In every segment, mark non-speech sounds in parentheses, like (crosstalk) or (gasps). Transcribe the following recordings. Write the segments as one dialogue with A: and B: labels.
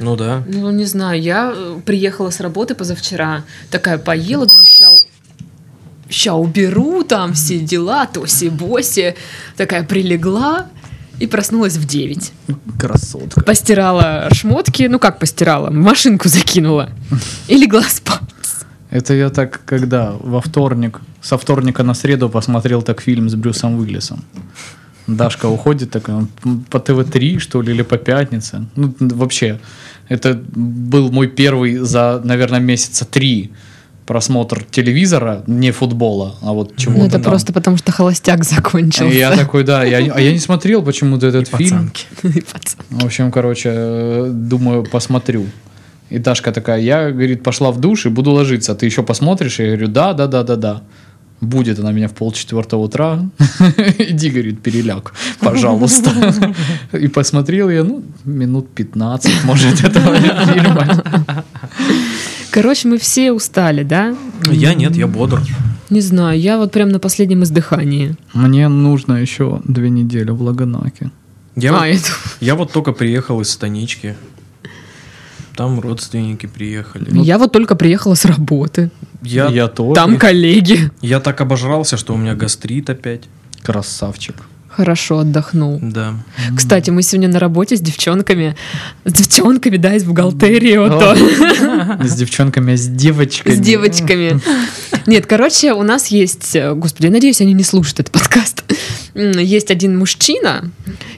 A: Ну да.
B: Ну, не знаю, я э, приехала с работы позавчера, такая поела, думаю, ща, у- ща уберу там все дела, тоси-боси. Такая прилегла и проснулась в 9.
C: Красотка.
B: Постирала шмотки, ну как постирала, в машинку закинула и легла спать.
C: Это я так, когда во вторник, со вторника на среду посмотрел так фильм с Брюсом Уиллисом. Дашка уходит так он по ТВ-3, что ли, или по пятнице. Ну, вообще, это был мой первый за, наверное, месяца три просмотр телевизора, не футбола, а вот чего-то
B: Ну это
C: там.
B: просто потому, что холостяк закончился.
C: И Я такой, да, я, а я не смотрел почему-то этот фильм.
A: Пацанки.
B: (laughs) И пацан.
C: В общем, короче, э, думаю, посмотрю. И Дашка такая, я, говорит, пошла в душ и буду ложиться. Ты еще посмотришь? Я говорю, да, да, да, да, да. Будет она меня в полчетвертого утра. (laughs) Иди, говорит, переляг, (laughs) пожалуйста. (laughs) И посмотрел я, ну, минут 15, может, этого фильма.
B: Короче, мы все устали, да?
A: Я нет, я бодр.
B: Не знаю, я вот прям на последнем издыхании.
C: Мне нужно еще две недели в Лаганаке.
A: Я,
B: А,
A: вот,
B: это-
A: я вот только приехал из станички. Там родственники приехали.
B: Я вот только приехала с работы.
A: я, я...
C: тоже.
B: Там коллеги.
A: так обожрался, что у меня гастрит опять.
C: Красавчик.
B: Хорошо отдохнул.
A: Да.
B: Кстати, мы сегодня на работе с девчонками. С девчонками, да, из бухгалтерии. вот то.
C: (laughs) С девчонками, а с девочками.
B: С девочками. Нет, короче, у нас есть... э, Господи, я надеюсь, они не слушают этот подкаст. М, Есть один мужчина,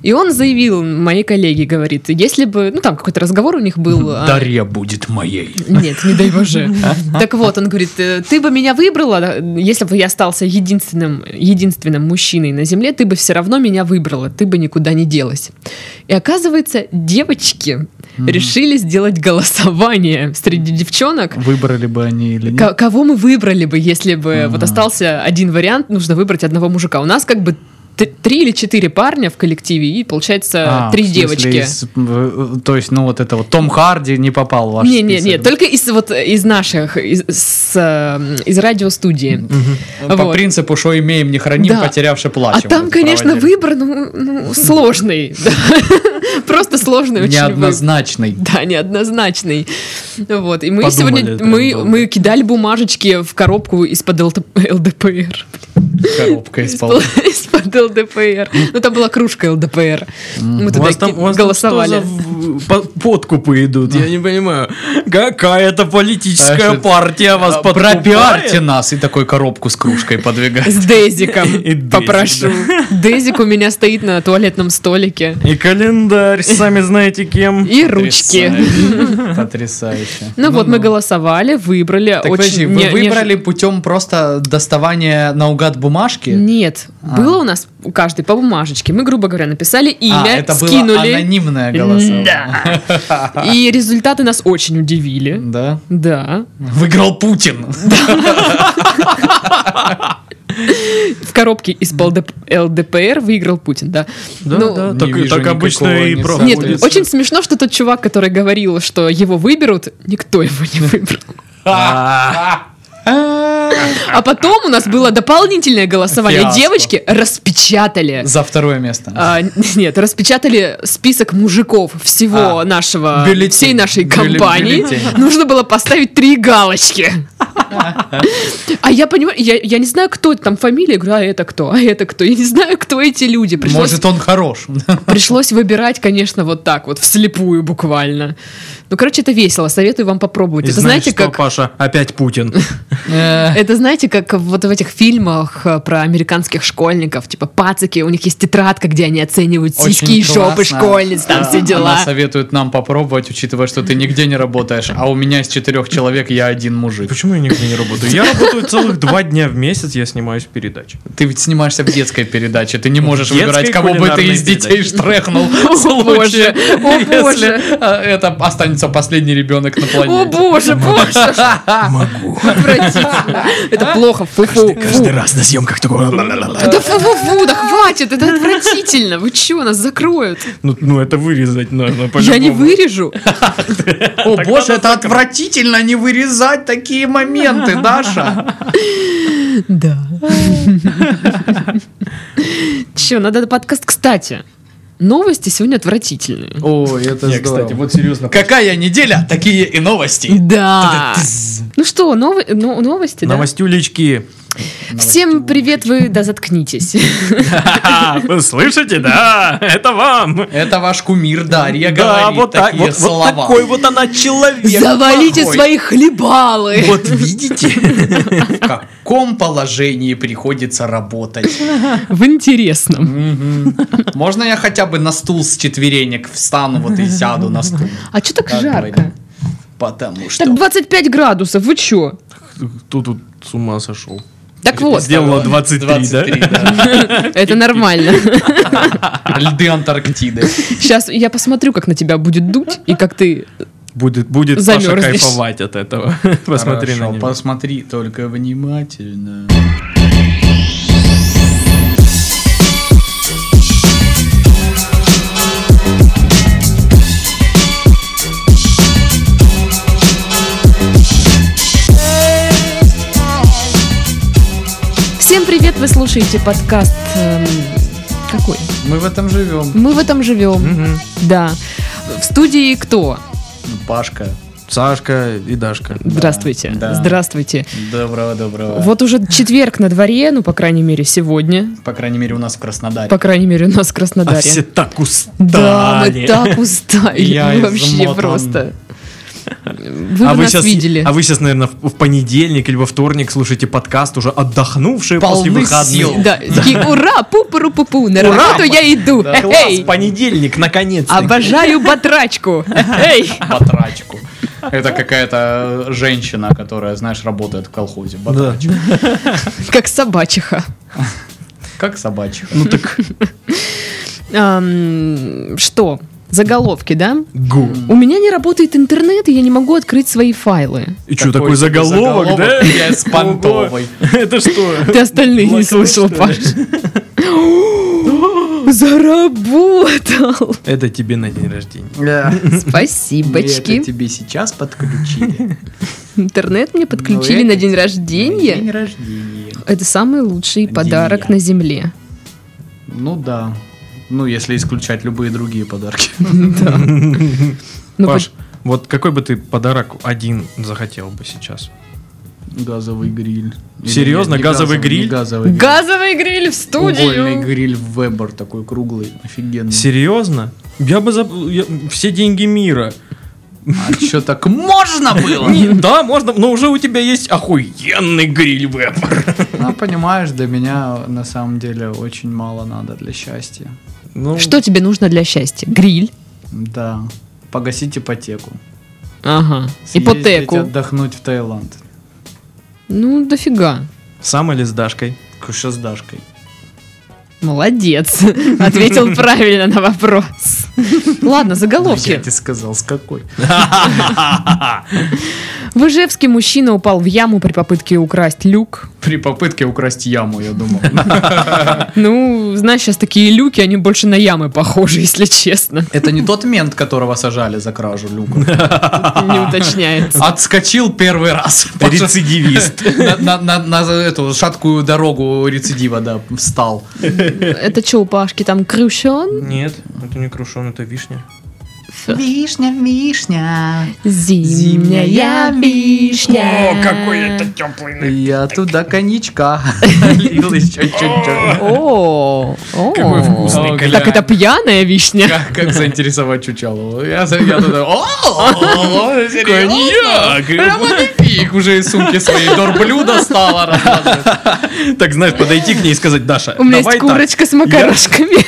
B: и он заявил моей коллеге, говорит, если бы... Ну, там какой-то разговор у них был. а,
C: Дарья будет моей.
B: Нет, не дай боже. Так вот, он говорит, «Э, ты бы меня выбрала, да, если бы я остался единственным, единственным мужчиной на земле, ты бы все равно меня выбрала, ты бы никуда не делась. И оказывается, девочки решили сделать голосование среди девчонок,
C: Выбрали бы они или нет?
B: Ко- кого мы выбрали бы, если бы
C: Ага.
B: вот остался один вариант, нужно выбрать одного мужика. У нас как бы т- три или четыре парня в коллективе, и получается
C: А,
B: три
C: в смысле,
B: девочки.
C: из, э, э, то есть, ну вот это вот Том Харди не попал в ваш
B: Не, не, не,
C: список.
B: только из вот из наших, из, с, э, из радиостудии.
C: По
B: вот.
C: принципу, что имеем, не храним,
B: Да.
C: потерявши
B: А
C: плачем.
B: там,
C: Вот
B: конечно,
C: проводили.
B: выбор ну, ну, сложный, (laughs) да. просто сложный очень выбор.
C: Неоднозначный.
B: Да, неоднозначный. Вот. И мы
A: Подумали
B: сегодня
A: прям
B: мы,
A: долго.
B: мы кидали бумажечки в коробку из-под ЛДПР.
C: Коробка из пола.
B: Из-под ЛДПР. Ну, там была кружка ЛДПР. Мы
A: у
B: туда
A: вас там, у вас там что
B: голосовали.
A: за в- по- подкупы идут? Я не понимаю. Какая-то
C: А
A: политическая
C: что-
A: партия вас
C: А,
A: подкупает?
C: Пропиарьте нас и такой коробку с кружкой подвигать.
B: С
A: (laughs)
B: Дезиком
A: И Дезик,
B: попрошу. Дезик у меня стоит на туалетном столике.
A: И календарь, сами знаете кем.
B: И (laughs) ручки.
C: Потрясающе. Потрясающе.
B: Ну вот, мы
C: Ну-ну.
B: голосовали, выбрали.
C: Так подожди,
B: очень
C: вы
B: не- не-
C: выбрали путем просто доставания наугад бумажки?
B: Нет,
C: А.
B: было у нас у каждой по бумажечке. Мы, грубо говоря, написали
C: А,
B: имя,
C: это было
B: скинули.
C: анонимное голосование.
B: Да. И результаты нас очень удивили.
C: Да?
B: Да.
C: Выиграл Путин.
B: В коробке из ЛДП- ЛДПР выиграл Путин, да.
A: Да,
B: Ну,
A: да,
C: не
A: так,
C: вижу
A: так
C: никакого
A: обычно и
C: не
A: правда.
B: Нет,
C: улице.
B: очень смешно, что тот чувак, который говорил, что его выберут, никто его не выбрал.
C: (laughs)
B: А потом у нас было дополнительное голосование.
C: Фиаско.
B: Девочки распечатали.
C: За второе место.
B: а, (laughs) нет, распечатали список мужиков всего
C: А,
B: нашего,
C: бюллетень.
B: всей нашей
C: Бюлле-
B: компании.
C: бюллетень.
B: Нужно было поставить три галочки. А я понимаю, я, я не знаю, кто это там фамилия, говорю, а это кто, а это кто, я не знаю, кто эти люди. Пришлось
C: Может, он хорош.
B: Пришлось выбирать, конечно, вот так вот, вслепую буквально. Ну, короче, это весело, советую вам попробовать.
A: И
B: это знаете,
A: что,
B: как...
A: Паша, опять Путин.
B: Это знаете, как вот в этих фильмах э, про американских школьников, типа пацики, у них есть тетрадка, где они оценивают сиськи и шопы школьниц, там все дела.
C: Она советует нам попробовать, учитывая, что ты нигде не работаешь, а у меня из четырех человек я один мужик.
A: Почему я нигде не работаю? Я работаю целых два дня в месяц, я снимаюсь в передаче.
C: Ты ведь снимаешься в детской передаче, ты не можешь
A: детской
C: выбирать, кого бы ты из
A: кулинарной
C: детей
A: передаче.
C: штрехнул.
B: (laughs) О,
C: в случае,
B: боже, о,
C: если
B: боже.
C: э, это останется последний ребенок на
B: О
C: планете.
B: боже, боже,
A: Могу.
B: отвратительно. Это плохо, фу-фу.
A: Каждый раз на съемках такое.
B: Да фу-фу-фу, да хватит, это отвратительно. Вы чё, нас закроют?
A: Ну, ну, это вырезать надо.
B: Я не
A: по-любому.
B: вырежу.
C: О боже, это отвратительно не вырезать такие моменты,
B: (laughs)
C: Даша.
B: Да. Че, надо подкаст, кстати. Новости сегодня отвратительные.
C: Ой, это
D: Не,
C: здорово.
D: кстати, вот серьезно.
C: Какая неделя, такие и новости.
B: Да. Ну что, новы- ну, новости, да?
A: Новостюлечки. (laughs)
B: Всем привет, вы да
C: (laughs)
B: заткнитесь.
A: Вы слышите, да? Это вам.
C: Это ваш кумир Дарья
A: Да,
C: говорит
A: вот так.
C: такие
A: Вот вот
C: слова.
A: такой вот она человек.
B: (laughs) Завалите
C: плохой.
B: свои хлебалы.
C: Вот видите, в каком положении приходится работать.
B: В интересном.
C: Мгм. Можно я хотя бы на стул с четверенек встану вот и сяду на стул?
B: А что так
C: Как
B: жарко?
C: говорит, Потому что...
B: Так 25 градусов, вы чё?
A: Тут тут с ума сошел.
B: Так вот,
A: Сделала 23, да?
C: 23, да?
B: это нормально.
C: (laughs) Льды Антарктиды.
B: Сейчас я посмотрю, как на тебя будет дуть, и как ты...
A: Будет, будет Паша
B: Замерзнешь.
A: кайфовать от этого. (laughs) Посмотри
C: Хорошо,
A: на него.
C: посмотри только внимательно.
B: Всем привет, вы слушаете подкаст... эм, Какой?
C: Мы в этом живем.
B: Мы в этом живем,
A: Мгм.
B: да. В студии кто?
C: Ну, Пашка.
A: Сашка и Дашка.
B: Здравствуйте.
C: да.
B: Здравствуйте.
C: Доброго, доброго.
B: Вот уже четверг на дворе, ну, по крайней мере, сегодня.
C: По крайней мере, у нас в Краснодаре.
B: По крайней мере, у нас в
A: А
B: Краснодаре.
A: все так устали.
B: Да, мы
A: (laughs)
B: так устали.
C: Я
B: Мы вообще
C: измотан.
B: просто. Ну, Вы
A: а
B: бы
A: вы
B: нас
A: сейчас,
B: видели.
A: А вы сейчас, наверное, в, в понедельник или во вторник слушаете подкаст, уже отдохнувшие после
C: Полны
A: выходных.
C: сил.
A: (laughs)
B: Да, такие, ура, пу пу пу пу на
A: Ура!
B: работу я иду.
C: Да,
A: Класс,
B: Эй,
A: понедельник, наконец-то. (laughs)
B: обожаю батрачку. Эй,
C: Батрачку. Это какая-то женщина, которая, знаешь, работает в колхозе.
B: А,
A: Да.
C: Батрачку.
B: как собачиха.
C: Как собачья.
A: Ну так,
B: Ам, Что? Заголовки, да?
A: гу.
B: У меня не работает интернет, и я не могу открыть свои файлы.
A: И что, такой заголовок, да?
C: Я с понтовой.
A: (laughs) Это что? (laughs)
B: Ты остальные не
A: Блокнот,
B: слышал,
A: что ли? (laughs)
B: Паш. (gasps)
A: (laughs)
B: Заработал.
A: Это тебе на день рождения.
C: Мы это
B: Спасибочки.
C: тебе сейчас подключили.
B: Интернет мне подключили
C: Ну,
B: на день
C: это На День
B: рождения.
C: рождения.
B: Это самый лучший
C: День
B: подарок
C: я.
B: на земле.
C: Ну да. Ну, если исключать любые другие подарки.
B: Ну,
A: Паш, вот какой бы ты подарок один захотел бы сейчас?
C: Газовый гриль. Или
A: Серьезно?
C: нет, не
A: Газовый гриль?
C: не газовый
B: хоть-
C: гриль.
B: Газовый гриль в
C: Угольный
B: студию.
C: гриль Вебер такой круглый, офигенный.
A: Серьезно? Я бы за... я- Все деньги мира.
C: А что так можно было?
A: Не, (laughs) Да, можно, но уже у тебя есть охуенный гриль веб.
C: Ну, понимаешь, для меня на самом деле очень мало надо для счастья.
A: Ну,
B: Что тебе нужно для счастья? Гриль.
C: Да. Погасить ипотеку.
B: Ага.
C: Съездить
B: Ипотеку.
C: отдохнуть в Таиланд.
B: Ну, дофига.
A: Сам или с Дашкой?
C: Куша с Дашкой.
B: Молодец. (laughs) Ответил правильно на вопрос. Ладно,
C: Я
B: заголовки.
C: тебе сказал, с какой.
B: В Ижевске мужчина упал в яму при попытке украсть люк.
C: При попытке украсть яму, я думал.
B: Ну, знаешь, сейчас такие люки, они больше на ямы похожи, если
C: (laughs)
B: честно.
C: (laughs) Это не тот мент, которого сажали за кражу люка.
B: Не уточняется.
C: Отскочил первый раз. (laughs)
A: Рецидивист.
C: На- На на- на эту шаткую дорогу рецидива, да, встал.
B: Это что, у Пашки там крюшен?
A: Нет, это не крушен, это вишня.
C: Вишня, вишня.
B: Зимняя
C: Зимняя
B: вишня.
A: теплый
C: Я туда (laughs) коньячка. Лил еще чуть-чуть.
B: О, о.
A: Какой вкусный,
C: О,
A: Коля.
B: Так это пьяная вишня.
C: Как, как заинтересовать Чучалову? Я, за- я туда... «О, серьезно?
A: Коньяк!»
C: Прямо нафиг! Уже из сумки своей дорблю достала. рассказывает.
A: Так, знаешь, подойти к ней и сказать, Даша,
B: У меня
A: давай
B: есть
A: так,
B: курочка с макарошками.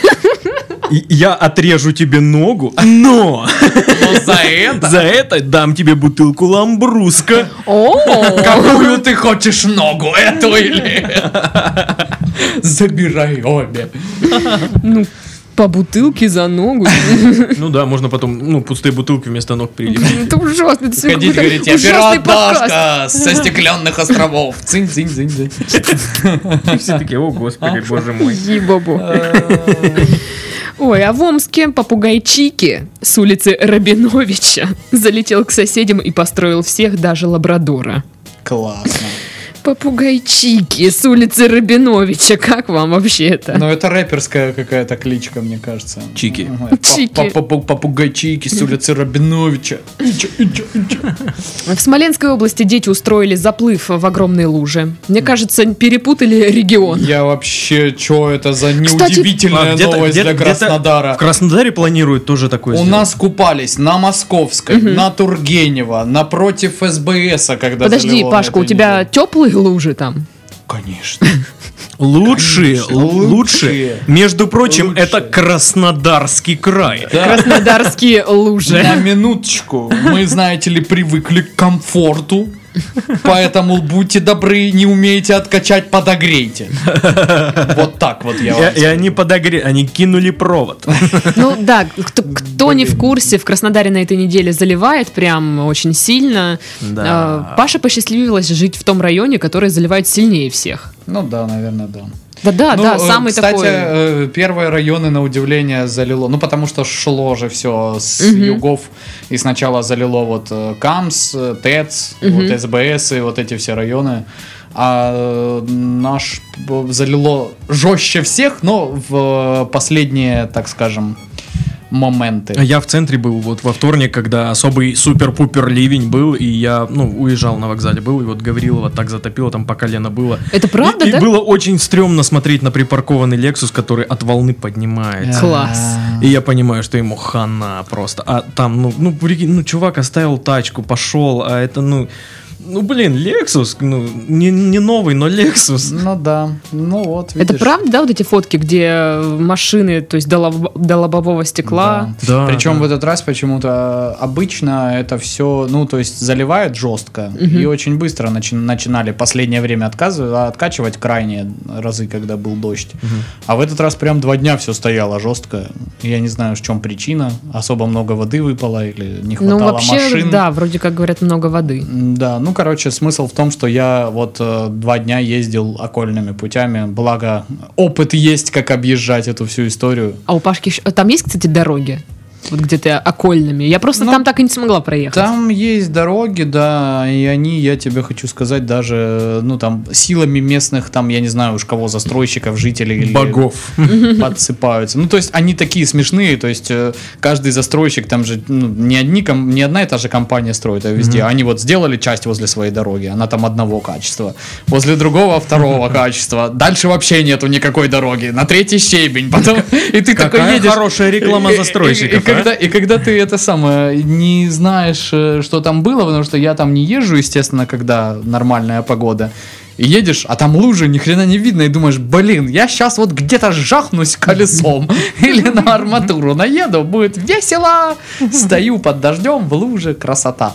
A: и- я отрежу тебе ногу, но
C: Но за это...
A: за это дам тебе бутылку ламбруска.
B: О,
C: Какую ты хочешь ногу? Эту или... Забирай обе.
B: ну, по бутылке за ногу.
A: (laughs) Ну да, можно потом, ну, пустые бутылки вместо ног (laughs) прилепить.
B: Это ужасно. Это сегодня
C: Ходить,
B: какой-то
C: говорить, я
B: ужасный
C: пират
B: подкаст.
C: Дашка со стекленных островов. Цинь, цинь, цинь, цинь.
A: И все такие, о (laughs) господи, боже мой.
B: Ебабу. Ой, а в Омске попугай Чики с улицы (laughs) Рабиновича залетел к соседям и построил всех, даже лабрадора.
C: Классно.
B: Попугайчики с улицы Рабиновича. Как вам вообще это?
C: Ну, это рэперская какая-то кличка, мне кажется.
A: Чики.
C: Ага,
B: Чики.
C: па- па- па- Попугайчики с улицы Рабиновича. Ича, ича, ича.
B: В Смоленской области дети устроили заплыв в огромные лужи. Мне кажется, перепутали регион.
C: (laughs) Я вообще, что это за
B: Кстати-
C: неудивительная
A: А, где-то-
C: новость для
A: где-то- где-то
C: Краснодара?
A: В Краснодаре планируют тоже такое
C: У
A: сделать.
C: нас купались на Московской, на Тургенева, напротив СБС, когда
B: Подожди,
C: залило на
B: Пашка, у
C: этой
B: тебя
C: неделе.
B: теплые лужи там?
C: Конечно.
A: Лучшие,
C: Конечно,
A: л-
C: лучшие.
A: лучшие. Между прочим,
C: Лучшие.
A: это Краснодарский край.
C: Да.
B: Краснодарские лужи.
C: На минуточку. Мы, знаете ли, привыкли к комфорту. Поэтому будьте добры, не умеете
A: (laughs)
C: откачать, подогрейте. Вот так вот
A: И,
C: я вам
A: и они подогрели, они кинули провод.
B: Ну да, кто, кто не в курсе, в Краснодаре на этой неделе заливает прям очень сильно.
A: Да.
B: Э, Паша посчастливилась жить в том районе, который заливает сильнее всех.
C: Ну да, наверное, да.
B: Да-да,
C: Ну,
B: А, да,
C: э,
B: самый
C: кстати,
B: такой.
C: э, первые районы, на удивление, залило. Ну, потому что шло же все с
B: Мгм.
C: югов. И сначала залило вот э, КАМС, э, ТЭЦ, вот СБС и вот эти все районы. А э, наш б- залило жестче всех, но в э, последние, так скажем, моменты.
A: Э, Я в центре был вот во вторник, когда особый супер-пупер ливень был, и я, ну, уезжал на вокзале был, и вот Гаврилова так затопило, там по колено было.
B: Это правда,
A: и, и
B: да?
A: было очень стрёмно смотреть на припаркованный Lexus, который от волны поднимается.
B: Класс.
C: Э,
A: И я понимаю, что ему хана просто. А там, ну, ну, прикинь, ну, чувак оставил тачку, пошел, а это, ну, ну, блин, Lexus, ну, не, не новый, но Lexus.
C: Ну да, ну вот, видишь.
B: Это правда, да, вот эти фотки, где э, машины, то есть до, лоб- до лобового стекла?
A: Да,
C: Причем
A: А, да.
C: в этот раз почему-то а, обычно это все, ну, то есть заливает жестко и очень быстро начи- начинали последнее время отказывать, откачивать крайние разы, когда был дождь. А в этот раз прям два дня все стояло жестко. Я не знаю, в чем причина. Особо много воды выпало или не
B: Ну
C: хватало
B: вообще,
C: машин.
B: да, вроде как говорят, много воды.
C: М, Да, ну короче, смысл в том, что я вот э, два дня ездил окольными путями, благо опыт есть, как объезжать эту всю историю.
B: А у Пашки щ- там есть, кстати, дороги? Вот где-то окольными. Я просто
C: Ну,
B: там так и не смогла проехать.
C: Там есть дороги, да, и они, я тебе хочу сказать, даже, ну, там, силами местных, там, я не знаю уж кого, застройщиков, жителей. или
A: богов.
C: Подсыпаются. Ну, то есть, они такие смешные, то есть, э, каждый застройщик, там же, ну, не, одни, ком- не одна и та же компания строит, а везде. Они вот сделали часть возле своей дороги, она там одного качества, возле
A: (laughs)
C: другого второго качества, дальше вообще нету никакой дороги, на третий щебень, потом, (laughs) и ты такой
A: Какая
C: едешь.
A: хорошая реклама
C: И- и-
A: застройщиков,
C: И, и
A: а?
C: когда, и когда ты это самое не знаешь, э, что там было, потому что я там не езжу, естественно, когда нормальная погода. И едешь, а там лужи, ни хрена не видно, и думаешь, блин, я сейчас вот где-то жахнусь колесом (laughs) или на арматуру наеду, будет весело. Стою под дождем в луже, красота.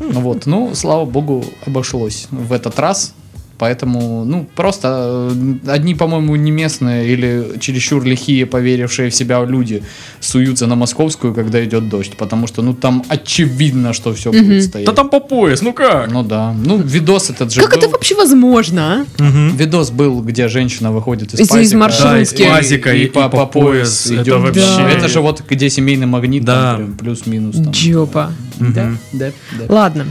C: Ну Вот, ну, слава богу, обошлось в этот раз. Поэтому, ну, просто э, одни, по-моему, не местные или чересчур лихие, поверившие в себя люди суются на московскую, когда идет дождь. Потому что, ну, там очевидно, что все будет стоять.
A: Да там по пояс, ну как?
C: Ну да. Ну, видос этот же
B: как
C: был.
B: это вообще возможно, а?
A: Мгм.
C: Видос был, где женщина выходит из
B: Из- из
C: пазика.
A: Да, из
B: маршрутки. Русские.
A: пазика и, и по, пояс.
C: идет.
A: Это вообще...
B: Да.
C: Это же вот где семейный магнит,
A: Да.
C: там прям плюс-минус. там.
B: Джопа.
C: Да, да, да.
B: Ладно.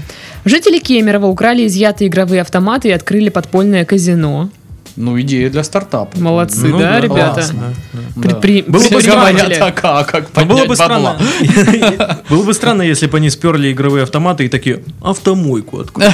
B: Жители Кемерово украли изъятые игровые автоматы и открыли подпольное казино.
C: Ну, идея для стартапа.
B: Молодцы,
A: Ну
B: да,
A: да,
B: ребята?
A: классно.
B: Предпри-
C: Было бы
B: предприниматели.
C: говорят, а как, как
A: Но Ну, было
C: поднять
A: бы
C: бабло?
A: странно. (laughs) Было бы странно, если бы они сперли игровые автоматы и такие автомойку откуда.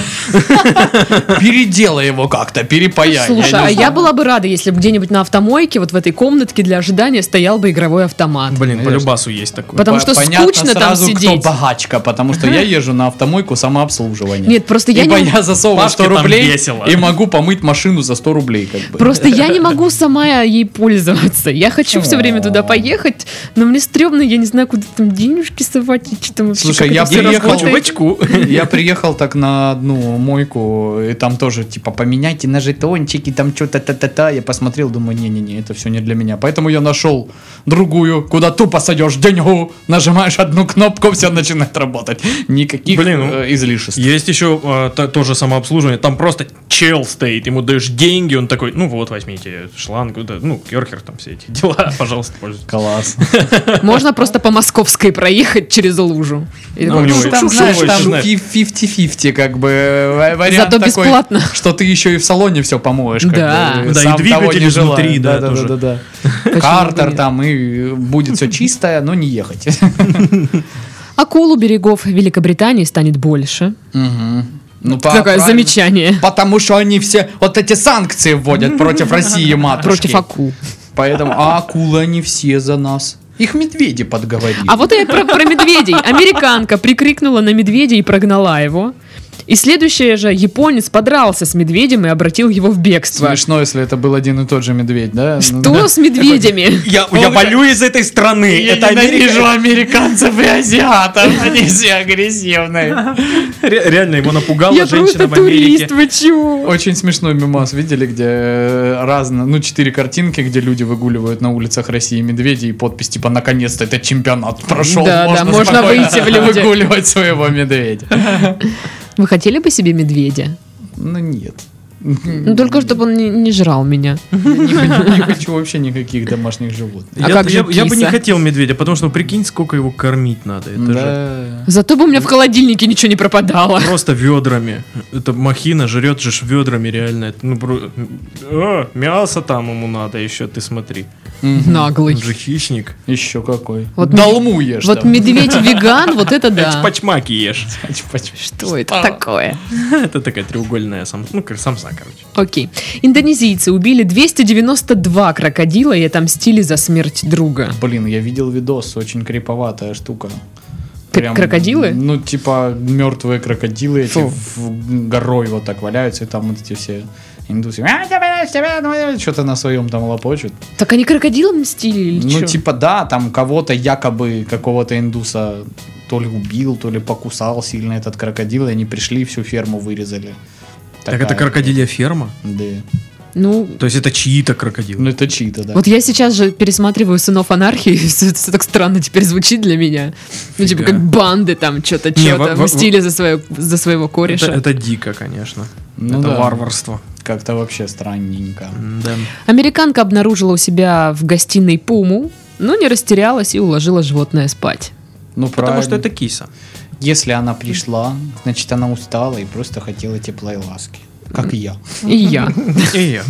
C: Переделай его как-то, перепаяй.
B: Слушай,
C: не
B: а я
C: знаю.
B: была бы рада, если бы где-нибудь на автомойке, вот в этой комнатке для ожидания, стоял бы игровой автомат.
A: Блин, по
C: Конечно.
A: любасу есть такое.
B: Потому
C: По-
B: что
C: понятно
B: скучно там
C: сразу,
B: сидеть.
C: кто богачка, потому что я езжу на автомойку самообслуживания.
B: Нет, просто я
C: Ибо
B: не-
C: я засовываю
A: Пашке
C: 100
A: там
C: рублей
A: весело.
C: и могу помыть машину за 100 рублей. Как бы.
B: Просто я не могу сама ей пользоваться. Я хочу все время туда поехать, но мне стрёмно, я не знаю, куда там денежки совать и что там вообще.
C: Слушай,
B: как это
C: я
B: всё
C: приехал-
B: работает.
A: Чувачку.
C: (laughs) Я приехал так на одну мойку, и там тоже, типа, поменяйте на жетончики, там что-то та-та-та. Я посмотрел, думаю, не-не-не, это все не для меня. Поэтому я нашел другую, куда тупо садешь деньгу, нажимаешь одну кнопку, все начинает работать. Никаких
A: Блин, ну,
C: э, излишеств.
A: а, Есть еще э, та- тоже самообслуживание. Там просто чел стоит, ему даешь деньги, он такой, ну вот, возьмите шланг, да, ну, керкер там все эти (laughs) дела, пожалуйста, пользуйтесь.
C: Класс.
B: Можно просто по Московской проехать через лужу.
A: (laughs)
B: И
A: Ну,
B: такой,
A: у него
B: «Ну,
A: и
B: там,
A: шум
B: знаешь,
A: шумовой
B: там
A: исчезает. знаешь.
C: 50-50, как бы, ва- вариант
B: Зато
C: такой,
B: бесплатно.
C: что ты еще и в салоне все помоешь. как
B: Да.
C: бы,
A: Да, и
C: сам
A: двигатель
C: того не желая.
A: изнутри, да, тоже.
C: да.
B: почему бы
C: Картер
B: нет?»
C: там, и будет все чистое, но не ехать.
B: Акул у берегов Великобритании станет больше.
C: Мгм. Ну, по-
B: Такое
C: правильно.
B: замечание.
C: Потому что они все вот эти санкции вводят
B: (laughs)
C: против России, матушки.
B: Против акул.
C: Поэтому, а акулы они все за нас. Их медведи подговорили.
B: А вот я и про, про медведей. Американка прикрикнула на медведя и прогнала его. И следующее же, японец подрался с медведем и обратил его в бегство.
C: Смешно, если это был один и тот же медведь, да? Ну,
B: Что
C: да.
B: с медведями?
A: Я,
C: Он
A: я
C: такой,
A: болю из этой страны. это Америка.
C: американцев и
B: (laughs)
C: азиатов, они все агрессивные.
A: Ре- реально его напугала
B: Я
A: женщина
B: просто
A: в Америке.
B: турист, вы чего?
C: Очень смешной мимас видели, где э, разно, ну, четыре картинки, где люди выгуливают на улицах России медведей и подпись типа «Наконец-то этот чемпионат прошел,
B: Да, да, можно
C: спокойно
B: выйти в люди».
C: выгуливать своего медведя».
B: Вы хотели бы себе медведя?
C: Ну, нет.
B: Ну, только чтобы он не, не жрал меня.
C: Не хочу- не хочу вообще никаких домашних животных.
B: А
A: я,
B: как
A: я-
B: же
A: я бы не
B: киса?
A: хотел медведя, потому что ну, прикинь, сколько его кормить надо. Это же
C: Да.
B: Зато бы у меня в холодильнике ничего не пропадало.
A: просто ведрами. Это махина жрет же ж ведрами реально. Это, ну, бру- Э, мясо там ему надо еще, ты смотри.
C: Мгм.
A: Он
B: Наглый.
A: же хищник.
C: Еще какой.
B: Вот
C: Долму ешь
B: Вот
C: там. (laughs)
B: медведь-веган, вот это
A: Эти
B: да.
A: пачмаки ешь. (laughs)
B: Что это такое?
A: Это такая треугольная сам... ну, как самса, короче.
B: Окей. Индонезийцы убили 292 крокодила и отомстили за смерть друга.
C: Блин, я видел видос, очень криповатая штука.
B: К- крокодилы?
C: Ну, типа, мертвые крокодилы эти
B: Фу.
C: в- горой вот так валяются, и там вот эти все индусы. «А, тебя, тебя, ну, Что-то на своем там лопочут.
B: Так они крокодилам мстили или
C: Ну,
B: чё?
C: типа, да, там кого-то якобы, какого-то индуса то ли убил, то ли покусал сильно этот крокодил, и они пришли и всю ферму вырезали.
A: Так это
C: Такая-
A: крокодилья ферма?
C: Да.
B: Ну,
A: То есть это чьи-то крокодилы?
C: Ну, это чьи-то, да.
B: вот я сейчас же пересматриваю «Сынов анархии», (laughs) и все, так странно теперь звучит для меня. Ну, типа,
A: Фига.
B: как банды там что-то,
A: Не,
B: что-то
A: во- во-
B: мстили за, свое, за своего
A: Это,
B: кореша.
A: это дико, конечно.
C: Ну
A: это
C: да.
A: варварство.
C: Как-то вообще странненько.
A: Да.
B: Американка обнаружила у себя в гостиной пуму, но не растерялась и уложила животное спать.
C: Ну,
A: Потому что
C: правильно.
A: это (laughs) киса.
C: Если она пришла, значит она устала и просто хотела тепла и ласки. Как и я.
A: (laughs)
B: И я.
A: И я.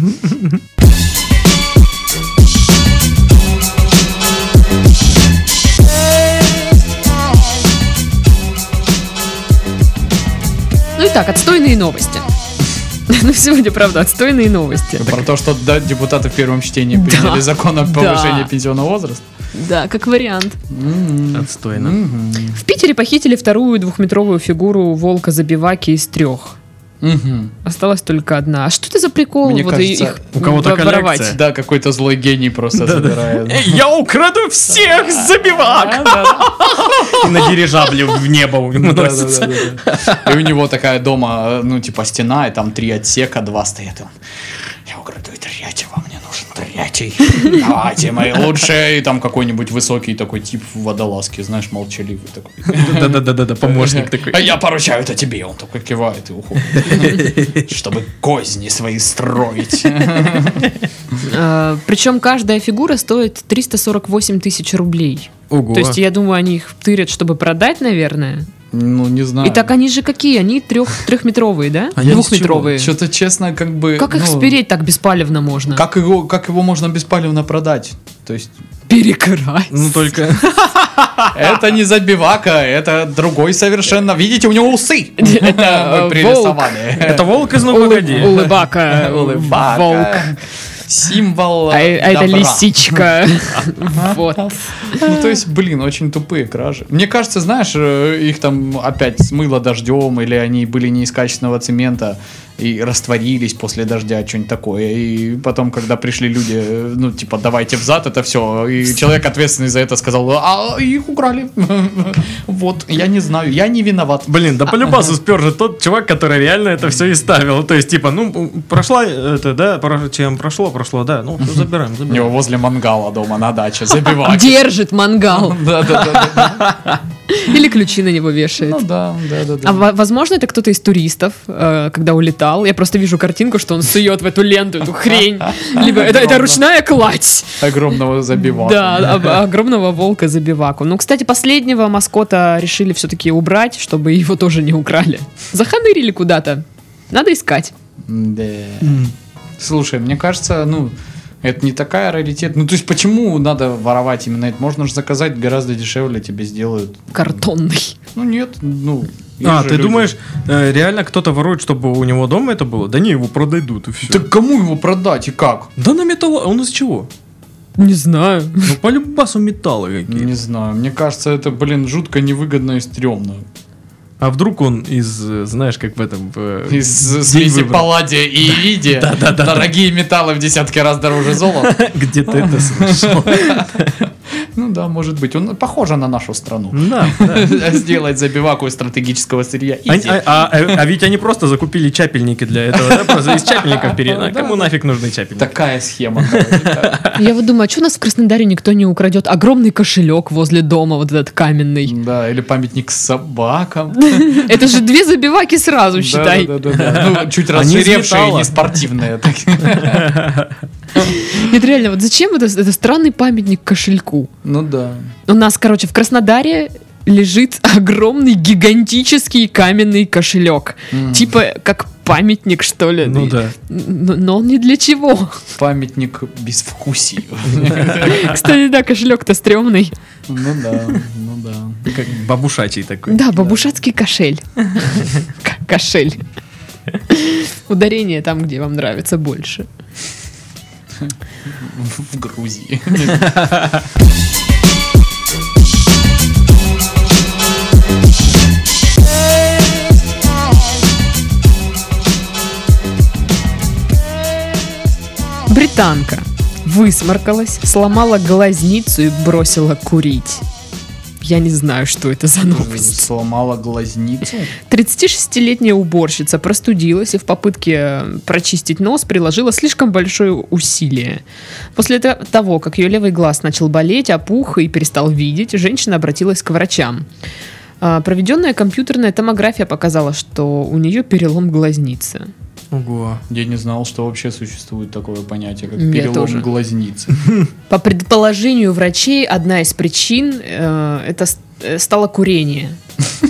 B: Ну и так, отстойные новости. (laughs) Ну, сегодня, правда, отстойные новости.
C: Про то, что да, депутаты в первом чтении приняли закон о повышении
B: Да.
C: пенсионного возраста.
B: Да, как вариант.
C: М.
A: Отстойно.
C: Мгм.
B: В Питере похитили вторую двухметровую фигуру волка-забиваки из трех.
C: Мгм.
B: Осталась только одна. А что это за прикол?
C: Мне
B: вот и-
C: кажется,
B: их
A: у кого-то
B: во-
A: коллекция.
B: воровать?
C: Да, какой-то злой гений просто забирает.
A: Я украду всех забивак! (laughs) И на дирижабле в небо (laughs) уносится.
C: Да-да-да-да-да. И у него такая дома, э, ну, типа стена, и там три отсека, два стоят. и он, Я украду и третьего, мне нужен третий. Давайте, мои лучшие. И там какой-нибудь высокий такой тип в водолазке, знаешь, молчаливый такой.
A: Да-да-да-да, (laughs) помощник такой.
C: А я поручаю это тебе. Он такой кивает и
B: (laughs)
C: уходит. Чтобы козни свои строить.
B: А, Причем каждая фигура стоит 348 тысяч рублей.
A: Ого.
B: То есть, я думаю, они их тырят, чтобы продать, наверное.
C: Ну, не знаю.
B: И так они же какие? Они трех, трехметровые, да?
A: А я из
B: Двухметровые.
C: Что-то, честно, как бы...
B: Как их
C: ну,
B: спереть так беспалевно можно?
C: Как его, как его можно беспалевно продать? То (laughs) есть,
B: перекрасить?
A: Ну
C: (laughs)
A: только...
C: это не забивака, это другой совершенно. Видите, у
B: (laughs)
C: него усы. Ну, (laughs) Это э, мы
B: э, Волк.
C: пририсовали.
A: Это волк из ну
B: Улы-
A: погоди.
B: Улыбака.
C: (laughs) Улыбака.
B: Волк.
C: Символ
B: А э- а это
C: добра. (laughs)
B: лисичка. Вот.
C: Ну, то есть, блин, очень тупые кражи. Мне кажется, знаешь, э, их там опять смыло дождем, или они были не из качественного цемента и растворились после дождя, что-нибудь такое. И потом, когда пришли люди, э, ну, типа, давайте взад это
B: (laughs)
C: все, и человек, ответственный за это, сказал, а их украли. (laughs) Вот, я не знаю, я не виноват.
A: Блин, да полюбасу спер же тот чувак, который реально это все и ставил. То есть, типа, ну, прошла это, да, про- чем прошло, прошло, да, ну, всё, забираем,
C: У него
A: забираем.
B: (laughs)
C: возле мангала дома на даче забивать.
B: Держит мангал. (laughs)
C: Да, да, да, да.
B: Или ключи на него вешает.
C: Ну да, да, да. да.
B: А во- возможно, это кто-то из туристов, э, когда улетал. Я просто вижу картинку, что он сует в эту ленту эту (laughs) хрень. Либо это, это ручная кладь.
C: Огромного забивала.
B: Да, об- огромного волка забиваку. Ну, кстати, последнего маскота решили все-таки убрать, чтобы его тоже не украли. Заханырили куда-то. Надо искать.
C: Слушай, мне кажется, ну, это не такая раритет. Ну, то есть, почему надо воровать именно это? Можно же заказать гораздо дешевле, тебе сделают.
B: Картонный.
C: Ну, нет, ну... есть
A: А,
C: же
A: ты
C: люди.
A: думаешь, э, реально кто-то ворует, чтобы у него дома это было? Да не, его продадут и все.
C: Так кому его продать и как?
A: Да на металл... а Он из чего?
B: Не знаю.
A: Ну, по любасу металлы какие.
C: Ну, Не знаю, мне кажется, это, блин, жутко невыгодно и стрёмно.
A: А вдруг он из, э, знаешь, как в этом... в, э,
C: Из э,
A: день
C: смеси
A: выбора.
C: палладия и иридия дорогие металлы в десятки раз дороже золота.
A: (laughs) Где ты это
C: (laughs)
A: слышал?
C: Ну да, может быть, он похоже на нашу страну.
A: Да, да.
C: (laughs) Сделать забиваку из стратегического сырья.
A: А,
C: Иди.
A: а- а- а ведь они просто закупили чапельники для этого, да? Просто из чапельников
C: (laughs)
A: пере... А кому нафиг нужны чапельники?
C: Такая схема. короче.
B: Я вот думаю, а что у нас в Краснодаре никто не украдет? Огромный кошелек возле дома, вот этот каменный.
C: Да, или
B: (laughs)
C: памятник собакам.
B: Это же две забиваки сразу,
C: Да,
B: считай.
C: да, да, да.
B: (laughs)
C: Ну, чуть
A: Они из
C: разжиревшие,
A: металла.
C: не спортивные.
B: Нет, реально, вот зачем это, это странный памятник кошельку?
C: Ну да.
B: У нас, короче, в Краснодаре лежит огромный гигантический каменный кошелек. Типа как памятник, что ли.
A: Ну да.
B: Но, но он не для чего.
C: Памятник
B: (laughs)
C: безвкусию.
B: Кстати, да, кошелек-то стрёмный.
C: Ну да, ну да.
A: Как бабушачий такой.
B: Да, бабушатский кошель. К- Кошель. Ударение там, где вам нравится больше. (laughs)
C: В Грузии.
B: Британка высморкалась, сломала глазницу и бросила курить. Я не знаю, что это за новость.
C: Сломала глазницу.
B: 36-летняя уборщица простудилась и в попытке э, прочистить нос приложила слишком большое усилие. После те- того, как ее левый глаз начал болеть, опух и перестал видеть, женщина обратилась к врачам. А, Проведенная компьютерная томография показала, что у нее перелом глазницы.
A: Ого.
C: Я не знал, что вообще существует такое понятие, как
B: Я
C: перелом
B: тоже.
C: глазницы.
B: По предположению врачей, одна из причин э, это с- э, стало курение, (laughs)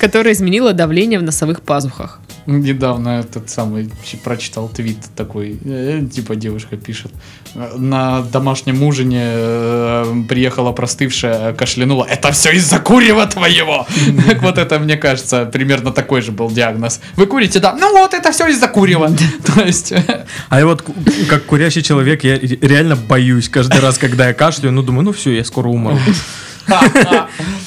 B: которое изменило давление в носовых пазухах.
C: Недавно этот самый ч- прочитал твит такой, э, типа девушка пишет, э, на домашнем ужине э, приехала простывшая, кашлянула, это все из-за курева твоего. Так вот это, мне кажется, примерно такой же был диагноз. Вы курите, да? Ну вот это все из-за курева. (laughs) То есть, э,
A: А я вот ку- как курящий человек, я ре- реально боюсь каждый раз, когда я кашляю, ну думаю, ну все, я скоро умру.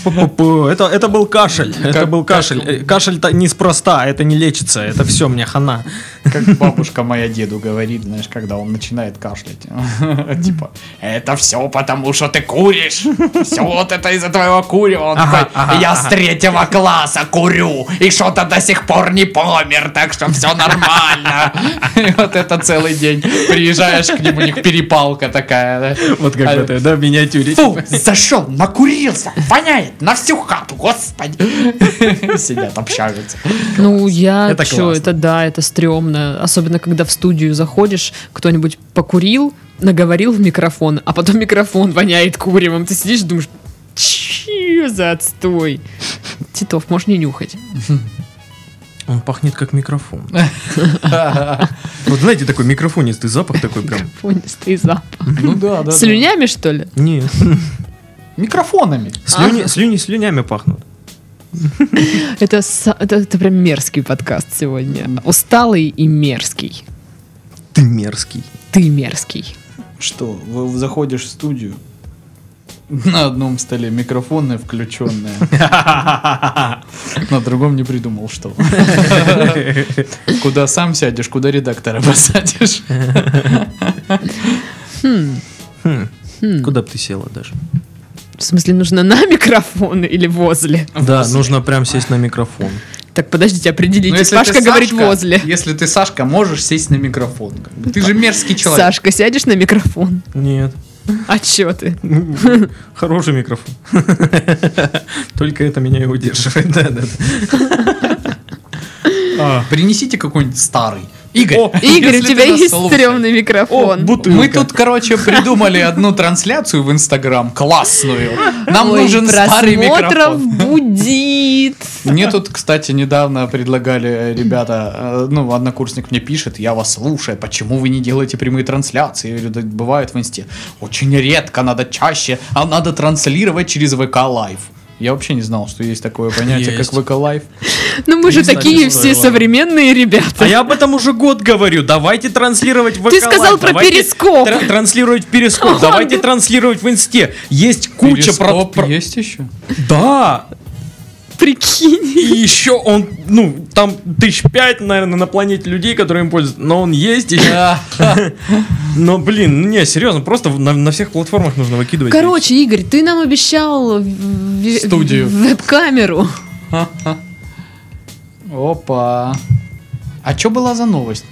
A: Пу-пу-пу. Это, это был кашель, это
C: Как-
A: был кашель. Э, Кашель-то неспроста, это не лечится, это все, мне хана.
C: как бабушка моя деду говорит, знаешь, когда он начинает кашлять. (laughs) Типа, это все потому, что ты куришь. Все вот это из-за твоего курева. Он
A: Ага,
C: такой,
A: ага,
C: я
A: ага.
C: с третьего класса курю, и что-то до сих пор не помер, так что все нормально. (laughs) И вот это целый день. Приезжаешь к ним, у них перепалка такая. да.
A: Вот как
C: А,
A: в этой, да, в миниатюре.
C: Фу, зашел, накурился, воняет на всю хату, господи. (laughs) Сидят, общаются.
B: Ну, я
A: Это
B: чё,
A: классно.
B: это да, это стрёмно. Особенно, когда в студию заходишь, кто-нибудь покурил, наговорил в микрофон, а потом микрофон воняет куревом. Ты сидишь и думаешь, чё за отстой? Титов, можешь не нюхать.
A: Он пахнет как микрофон. Вот знаете, такой микрофонистый запах такой прям.
B: Фонистый запах.
C: Ну да, да.
B: Слюнями, что ли?
A: Не,
C: Микрофонами.
A: слюни, слюни слюнями пахнут.
B: Это, са- это, это прям мерзкий подкаст сегодня. Усталый и мерзкий.
A: Ты мерзкий.
B: Ты мерзкий.
C: Что, вы заходишь в студию, на одном столе микрофоны (laughs) включенные, на другом не придумал, что. Куда сам сядешь, куда редактора посадишь.
A: Хм. Куда бы ты села даже?
B: В смысле, нужно на микрофон или возле?
A: Да, нужно прям сесть на микрофон.
B: Так, подождите, определитесь.
C: Ну, если
B: Пашка
C: ты
B: говорит
C: Сашка,
B: возле.
C: Если ты Сашка, можешь сесть на микрофон. Ты же мерзкий человек.
B: Сашка, сядешь на микрофон?
A: Нет.
B: Отчеты.
A: (laughs) Хороший микрофон. (laughs) Только это меня и удерживает. Да, да, да.
C: А. Принесите какой-нибудь старый. Игорь,
A: О,
B: Игорь,
C: если
B: у тебя
C: ты нас
B: есть
C: слушаешь.
B: стрёмный микрофон.
A: бутылка.
C: Мы тут, короче, придумали одну трансляцию в Инстаграм, классную. Нам
B: Ой,
C: нужен старый
B: просмотров
C: микрофон.
B: будет.
C: Мне тут, кстати, недавно предлагали э, ребята, э, ну, однокурсник мне пишет, я вас слушаю, почему вы не делаете прямые трансляции? Я говорю, «Да бывает в инсте. Очень редко, надо чаще, а надо транслировать через ВК Лайв. Я вообще не знал, что есть такое понятие,
A: Есть.
C: как ВК Лайв.
B: Ну мы же
A: Кстати,
B: такие
A: что
B: все
A: я
B: современные ребята.
A: А я об этом уже год говорю. Давайте транслировать в
B: Ты
A: ВК
B: сказал
A: Лайв,
B: про
A: давайте
B: Перископ.
A: тра- транслировать в Перископ. Давайте транслировать в Инсте. Есть куча про...
C: Перископ
A: про-
C: есть еще?
A: Да. И
B: Прикинь.
A: еще он, ну, там тысяч пять, наверное, на планете людей, которые им пользуются. Но он есть. и- (laughs) Но, блин, ну не, серьезно, просто на, на всех платформах нужно выкидывать.
B: Короче, Игорь, ты нам обещал в- в-
C: Студию.
B: веб-камеру.
C: Опа. А что была за новость?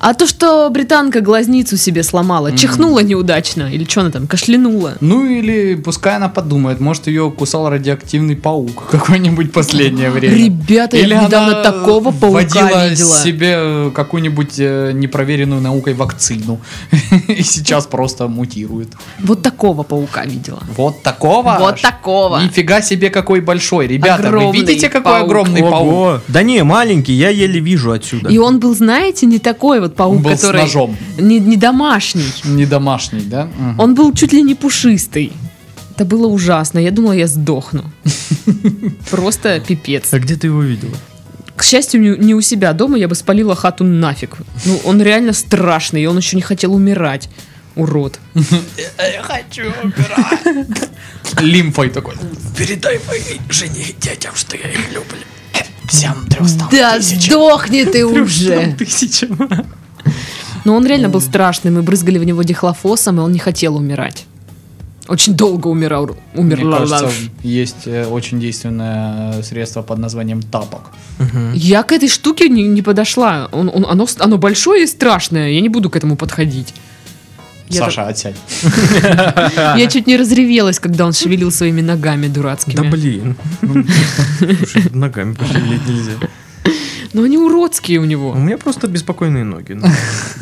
B: А то, что британка глазницу себе сломала, чихнула неудачно, или что она там, кашлянула.
C: Ну или пускай она подумает, может ее кусал радиоактивный паук (laughs) какой-нибудь последнее время.
B: Ребята, я
C: или
B: недавно
C: она
B: такого паука
C: вводила
B: видела.
C: себе какую-нибудь э, непроверенную наукой вакцину (laughs) и сейчас просто мутирует.
B: Вот такого паука видела.
C: Вот такого?
B: Вот
C: аж?
B: такого.
C: Нифига себе какой большой, ребята, вы
B: Огромный
C: видите какой
B: паук.
C: огромный паук?
A: Ого. Да не, маленький, я еле вижу отсюда.
B: И он был, знаете, не такой вот паук,
C: Он был с
B: который...
C: ножом.
B: Не, не домашний.
C: Не домашний, да? Мгм.
B: Он был чуть ли не пушистый. Это было ужасно. Я думала, я
C: (laughs)
B: сдохну. Просто пипец.
A: А где ты его видела?
B: К счастью, не- не у себя дома, я бы спалила хату нафиг. Ну, он реально страшный, и он еще не хотел умирать. Урод.
C: Я хочу умирать. Лимфой такой.
A: Передай моей жене и детям, что я их люблю.
C: Всем трёстам
B: Да
C: тысячам.
B: сдохни ты уже!
A: Тысячам.
B: Но он реально был страшный. Мы брызгали в него дихлофосом, и он не хотел умирать. Очень долго умирал.
C: Мне
B: Умерла.
C: кажется, есть э, очень действенное э, средство под названием тапок.
B: Я к этой штуке не, не подошла. Он- он- оно, с- оно большое и страшное. Я не буду к этому подходить. Я
C: Саша, отсядь.
B: Я чуть не разревелась, когда он шевелил своими ногами дурацкими.
A: Да блин. Ну, Слушай, Ногами пошевелить нельзя.
B: Но они уродские у
A: У
B: него.
A: меня просто беспокойные ноги. Ну,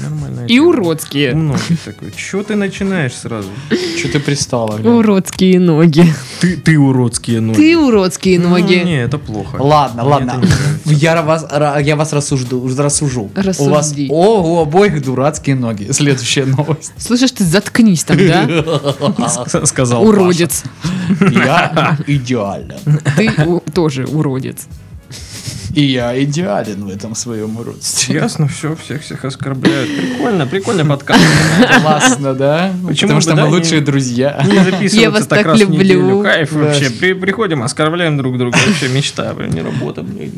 A: Нормально.
B: И
A: У
B: уродские.
A: многих такой. Чего ты начинаешь сразу?
C: Че ты пристала? блин?
B: Уродские ноги.
A: Ты, ты уродские ноги.
B: Ты уродские
A: Ну,
B: ноги.
A: Не, это плохо.
C: Ладно,
A: Мне
C: ладно.
A: это не нравится.
C: Я вас, ра- я вас рассужду, рассужу. У вас
B: Рассуди.
C: о, у обоих дурацкие ноги. Следующая новость. (laughs)
B: Слышишь, ты заткнись там, да?
A: Ск- Сказал Паша.
B: Уродец.
C: Я идеален.
B: Ты у- тоже уродец.
C: И я идеален в этом своем уродстве.
A: Ясно, все, всех всех оскорбляют. Прикольно, прикольно
B: (laughs)
A: подкаст.
C: Классно, да?
A: Почему
C: Потому
A: бы,
C: что
A: да,
C: мы
A: не-
C: лучшие друзья.
A: Не записываться
B: Я вас
A: так,
B: так
A: раз в
B: люблю.
A: неделю. Кайф
C: Да.
A: вообще. При- приходим, оскорбляем друг друга. Вообще мечта, блин, не работа, блин.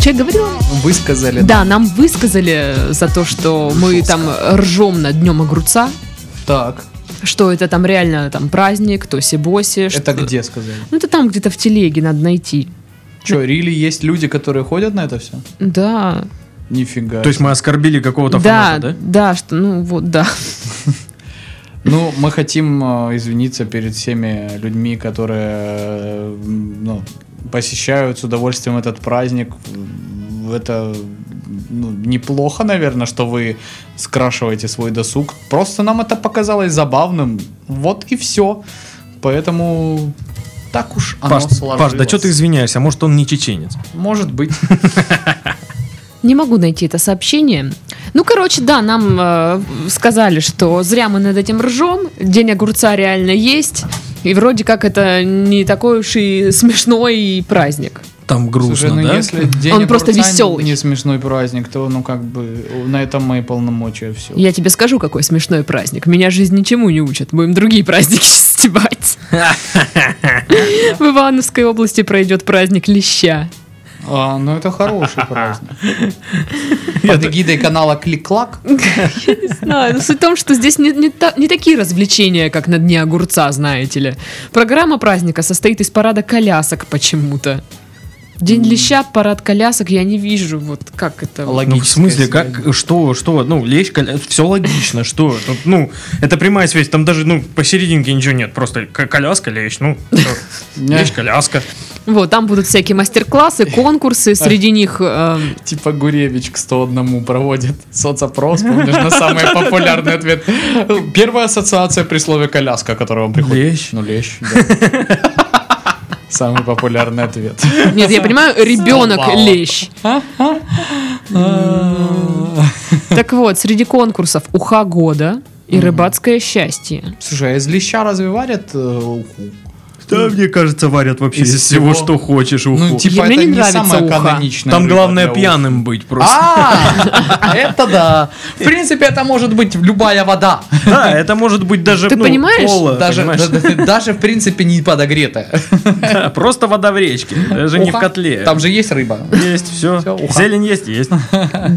B: Че я говорила?
C: Высказали.
B: Да, нам высказали за то, что мы там ржем над днем огурца.
C: Так.
B: Что это там реально там праздник, то сибоси.
C: Это где сказали?
B: Ну, это там где-то в телеге надо найти.
C: Че, рили есть люди, которые ходят на это все?
B: Да.
C: Нифига.
A: То есть мы оскорбили какого-то
B: Да,
A: фаната, да?
B: да, что, ну вот, да.
C: Ну, мы хотим э, извиниться перед всеми людьми, которые э, ну, посещают с удовольствием этот праздник. М, Это ну, неплохо, наверное, что вы скрашиваете свой досуг. Просто нам это показалось забавным. Вот и все. Поэтому так уж оно
A: Паш, Паш, да
C: сложилось.
A: что ты извиняешься? А Может, он не чеченец?
C: Может быть.
B: Не могу найти это сообщение. Ну, короче, да, нам э, сказали, что зря мы над этим ржем, день огурца реально есть, и вроде как это не такой уж и смешной праздник.
A: Там грустно,
C: Слушай, ну
A: да? (laughs)
C: если день
B: Он просто
C: огурца
B: весёлый.
C: Не смешной праздник, то ну как бы на этом мои полномочия все.
B: Я тебе скажу, какой смешной праздник. Меня жизнь ничему не учит. Будем другие праздники (laughs) стебать. В Ивановской области пройдет праздник леща.
C: А, ну это хороший праздник.
A: Я
C: Под эгидой канала Клик-Клак.
B: Я не знаю. Но суть в том, что здесь не, не та- не такие развлечения, как на дне огурца, знаете ли. Программа праздника состоит из парада колясок почему-то. День леща, парад колясок, я не вижу, вот как это. вот.
A: Ну, в смысле, как, что, что, ну, лечь, все логично, что, тут, ну, это прямая связь, там даже, ну, посерединке ничего нет, просто к- коляска, лечь, ну,
C: (laughs)
A: всё. лечь, коляска.
B: Вот, там будут всякие мастер-классы, конкурсы, среди них... э,
C: Типа Гуревич к 101 проводит соцопрос, помнишь, на самый популярный ответ. Первая ассоциация при слове коляска, которая вам приходит.
A: Лещ.
C: Ну, лещ, да. Самый популярный ответ.
B: Нет, я понимаю, ребенок
C: Вау.
B: лещ. Так вот, среди конкурсов «Уха года» и «Рыбацкое счастье».
C: Слушай, а из леща разве варят э, уху?
A: Да, мне кажется, варят вообще
C: Из
A: из всего,
C: всего.
A: что хочешь уху.
C: Ну, типа,
B: мне
C: это
B: не
C: не
B: нравится
C: самая
B: уха.
C: каноничная
A: Там
C: рыба
A: главное
C: для уха.
A: пьяным быть просто.
C: А, (laughs) это да. В принципе, это может быть любая вода.
A: Да, это может быть даже
B: Ты
A: ну,
B: понимаешь?
A: пола,
C: Даже,
A: понимаешь?
C: да- даже, в принципе, не подогретая.
A: (laughs) Да, просто вода в речке, даже не в
C: Уха.
A: котле.
C: Там же есть рыба.
A: есть все.
C: Всё, уха.
A: Зелень есть, есть.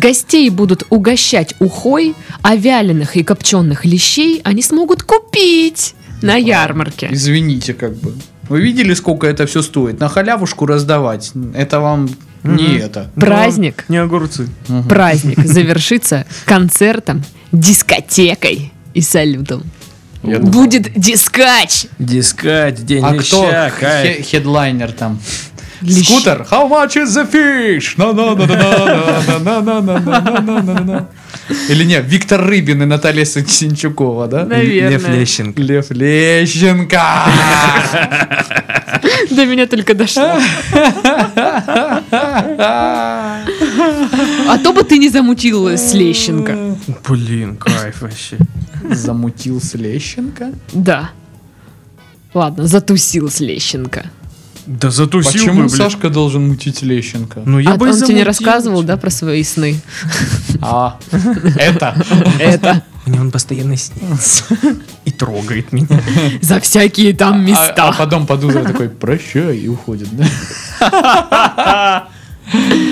B: Гостей будут угощать ухой, а вяленых и копченых лещей они смогут купить на ярмарке.
C: Извините, как бы. Вы видели, сколько это все стоит? На халявушку раздавать. Это вам не это.
B: Праздник.
A: Не огурцы.
B: Праздник завершится концертом, дискотекой и салютом.
C: Я думаю.
B: Будет дискач!
A: Дискать, день
C: А кто
A: леща, кайф.
C: хе- хедлайнер там?
B: Лещ.
C: Скутер. How much is the fish? На-на-на-на-на-на-на-на-на-на-на-на-на-на. Или нет, Виктор Рыбин и Наталья Синчукова, да?
A: Лев
B: Наверное.
A: Лещенко.
C: Лев Лещенко.
B: До меня только дошло. А то бы ты не замутил с Лещенко.
A: Блин, кайф вообще.
C: Замутил с Лещенко?
B: Да. Ладно, затусил с Лещенко.
A: Да затусил бы,
C: Почему
A: блин.
C: Сашка должен мутить Лещенко?
A: Ну я
B: а
A: бы и
B: он тебе не
A: замутил.
B: рассказывал, да, про свои сны?
C: А, (laughs) это.
B: Это
A: Мне он постоянно снится. (laughs) И трогает меня.
B: за всякие там
C: А, а
B: места.
C: потом под утро такой, прощай, и уходит. да? (laughs)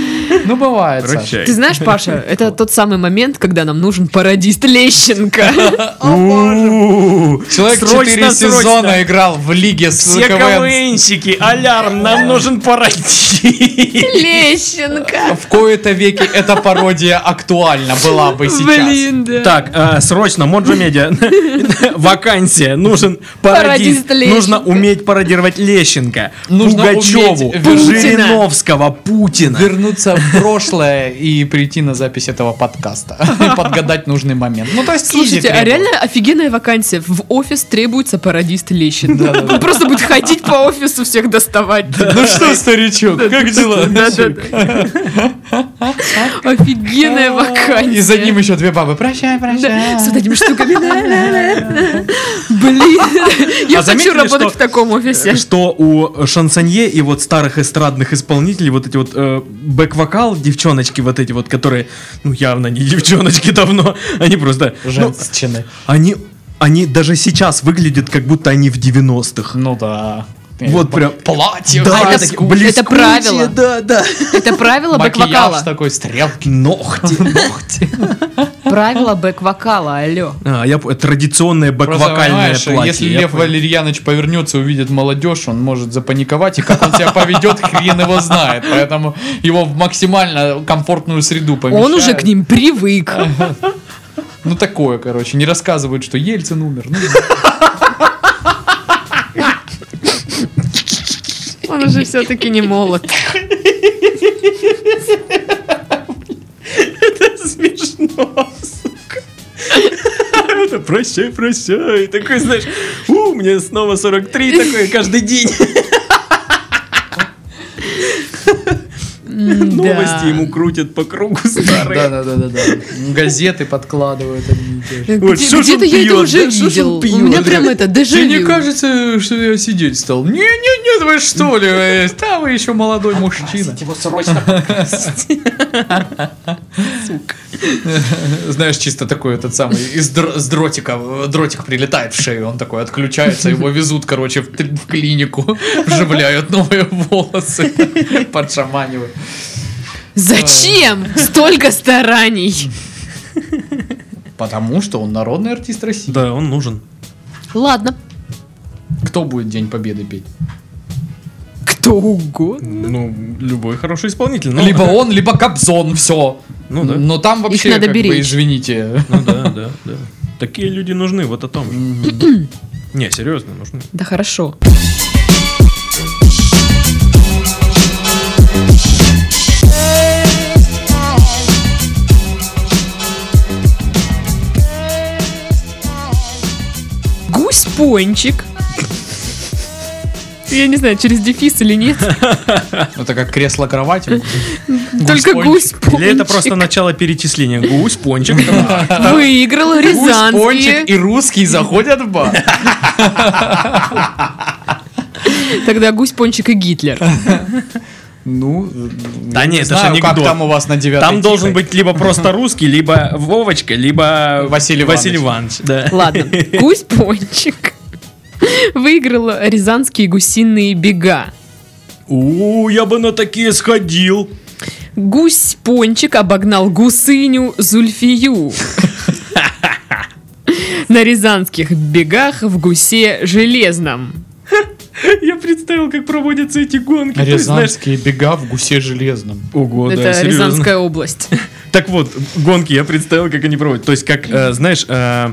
C: Ну, бывает, Саша.
A: а,
B: Ты знаешь, Паша, это тот самый момент, когда нам нужен пародист Лещенко.
A: У-у-у.
C: Человек
A: Срочно,
C: 4
A: срочно.
C: сезона играл в лиге с
A: Все
C: КВН.
A: КВНщики, алярм, нам нужен пародий.
B: Лещенко!
C: В кои-то веки эта пародия актуальна была бы сейчас.
B: Блин, да.
A: Так, э, срочно, Моджо Медиа, (laughs) вакансия, нужен пародист,
B: Пародист Лещенко.
A: нужно уметь пародировать Лещенко,
C: Нужно
A: Пугачеву,
C: уметь вернуть-
A: Жириновского, Путина.
C: Вернуться в прошлое и прийти на запись этого подкаста. И подгадать нужный момент. Ну, то есть,
B: Слушайте,
C: изи
B: а
C: требует.
B: реально офигенная вакансия. В офис требуется пародист Лещенко.
C: Да-да-да.
B: Он просто будет ходить по офису, всех доставать.
C: Ну что, старичок, как дела?
B: Офигенная вакансия.
C: И за ним еще две бабы. Прощай, прощай.
B: Да, с вот этими штуками. Блин, я
A: А
B: хочу
A: заметили,
B: работать
A: что-
B: в таком
A: (laughs)
B: офисе.
A: Что у шансонье и вот старых эстрадных исполнителей вот эти вот э, бэк-вокал девчоночки вот эти вот, которые, ну явно не девчоночки давно, (laughs) они просто, ну,
C: Женщины.
A: они, они даже сейчас выглядят как будто они в 90-х.
C: Ну да.
A: Вот
C: П-
A: прям-
C: Платье.
B: А
A: Да,
B: это-
A: такие
B: это
A: блескучие,
B: правило.
A: Да, да.
B: Это правило
C: Макияж
B: бэк-вокала.
C: такой,
A: (laughs)
C: стрелки.
A: Ногти.
C: Ногти.
B: Правило бэк-вокала, алло.
A: А, я п- традиционное
C: Просто
A: бэк-вокальное
C: понимаешь,
A: платье.
C: Если
A: я
C: Лев
A: понял.
C: Валерьянович повернется и увидит молодежь, он может запаниковать, и как он себя поведет, хрен его знает. Поэтому его в максимально комфортную среду помещают.
B: Он уже к ним привык.
C: Ну такое, короче. Не рассказывают, что Ельцин умер. Ну,
B: Он уже все-таки
A: (laughs)
B: не молод.
A: смешно, сука. Это прощай, прощай. Такой, знаешь, у, мне снова 43, такой каждый день. новости ему крутят по кругу
C: Да,
A: старые.
C: да, да, да, да.
B: (laughs)
C: Газеты подкладывают. они те.
B: Где-
A: Вот, что ж он
B: Где-то я это
A: пьет,
B: уже
A: да, что ж он
B: видел. У
A: пьет,
B: меня
A: да.
B: прям это
C: Тебе не
B: дежавю.
C: кажется, что я сидеть стал? Не-не-нет, вы что ли?
B: (laughs)
C: э, Да, вы еще молодой мужчина.
D: Его срочно.
C: Знаешь, чисто такой этот самый, из др- с дротика, э, дротик прилетает в шею, он такой отключается, его везут, короче, в, тр- в клинику, (laughs) вживляют новые волосы, (laughs) подшаманивают.
B: Зачем столько стараний?
C: Потому что он народный артист России.
A: Да, он нужен.
B: Ладно.
C: Кто будет День Победы петь?
B: Кто угодно.
A: Ну, любой хороший исполнитель. ну,
C: Либо он, либо Кобзон, все.
A: Ну да.
C: Но там вообще,
B: надо
C: как бы,
B: беречь.
C: извините. (laughs)
A: Ну да, да, да. Такие люди нужны, вот о том. Не, серьезно, нужны.
B: Да хорошо. Гусь
A: (laughs)
B: пончик. Я не знаю, через дефис
A: (laughs)
B: или нет.
C: Это
B: (laughs)
C: как кресло-кровать.
B: Только
C: пончик.
B: гусь пончик.
A: Или это просто начало перечисления. Гусь, пончик.
C: (laughs)
B: Выиграл Рязанский.
C: пончик и русский заходят в бар.
B: Тогда гусь пончик и Гитлер.
C: Ну,
A: Да не, это же
C: знаю, как
A: анекдот.
C: там у вас на девятом.
A: Там должен быть либо просто русский, либо Вовочка, либо
C: Василий
A: Василий Иванович. Да.
B: Ладно, гусь пончик выиграл рязанские гусиные бега.
A: У, я бы на такие сходил.
B: Гусь пончик обогнал гусыню Зульфию. На рязанских бегах в гусе железном.
A: Я представил, как проводятся эти гонки. То есть, Ну, знаешь,
C: Рязанские бега в гусе железном.
A: Ого,
B: Это
A: да, серьезно.
B: Рязанская область.
A: Так вот, гонки я представил, как они проводят. То есть, как, э, знаешь, э,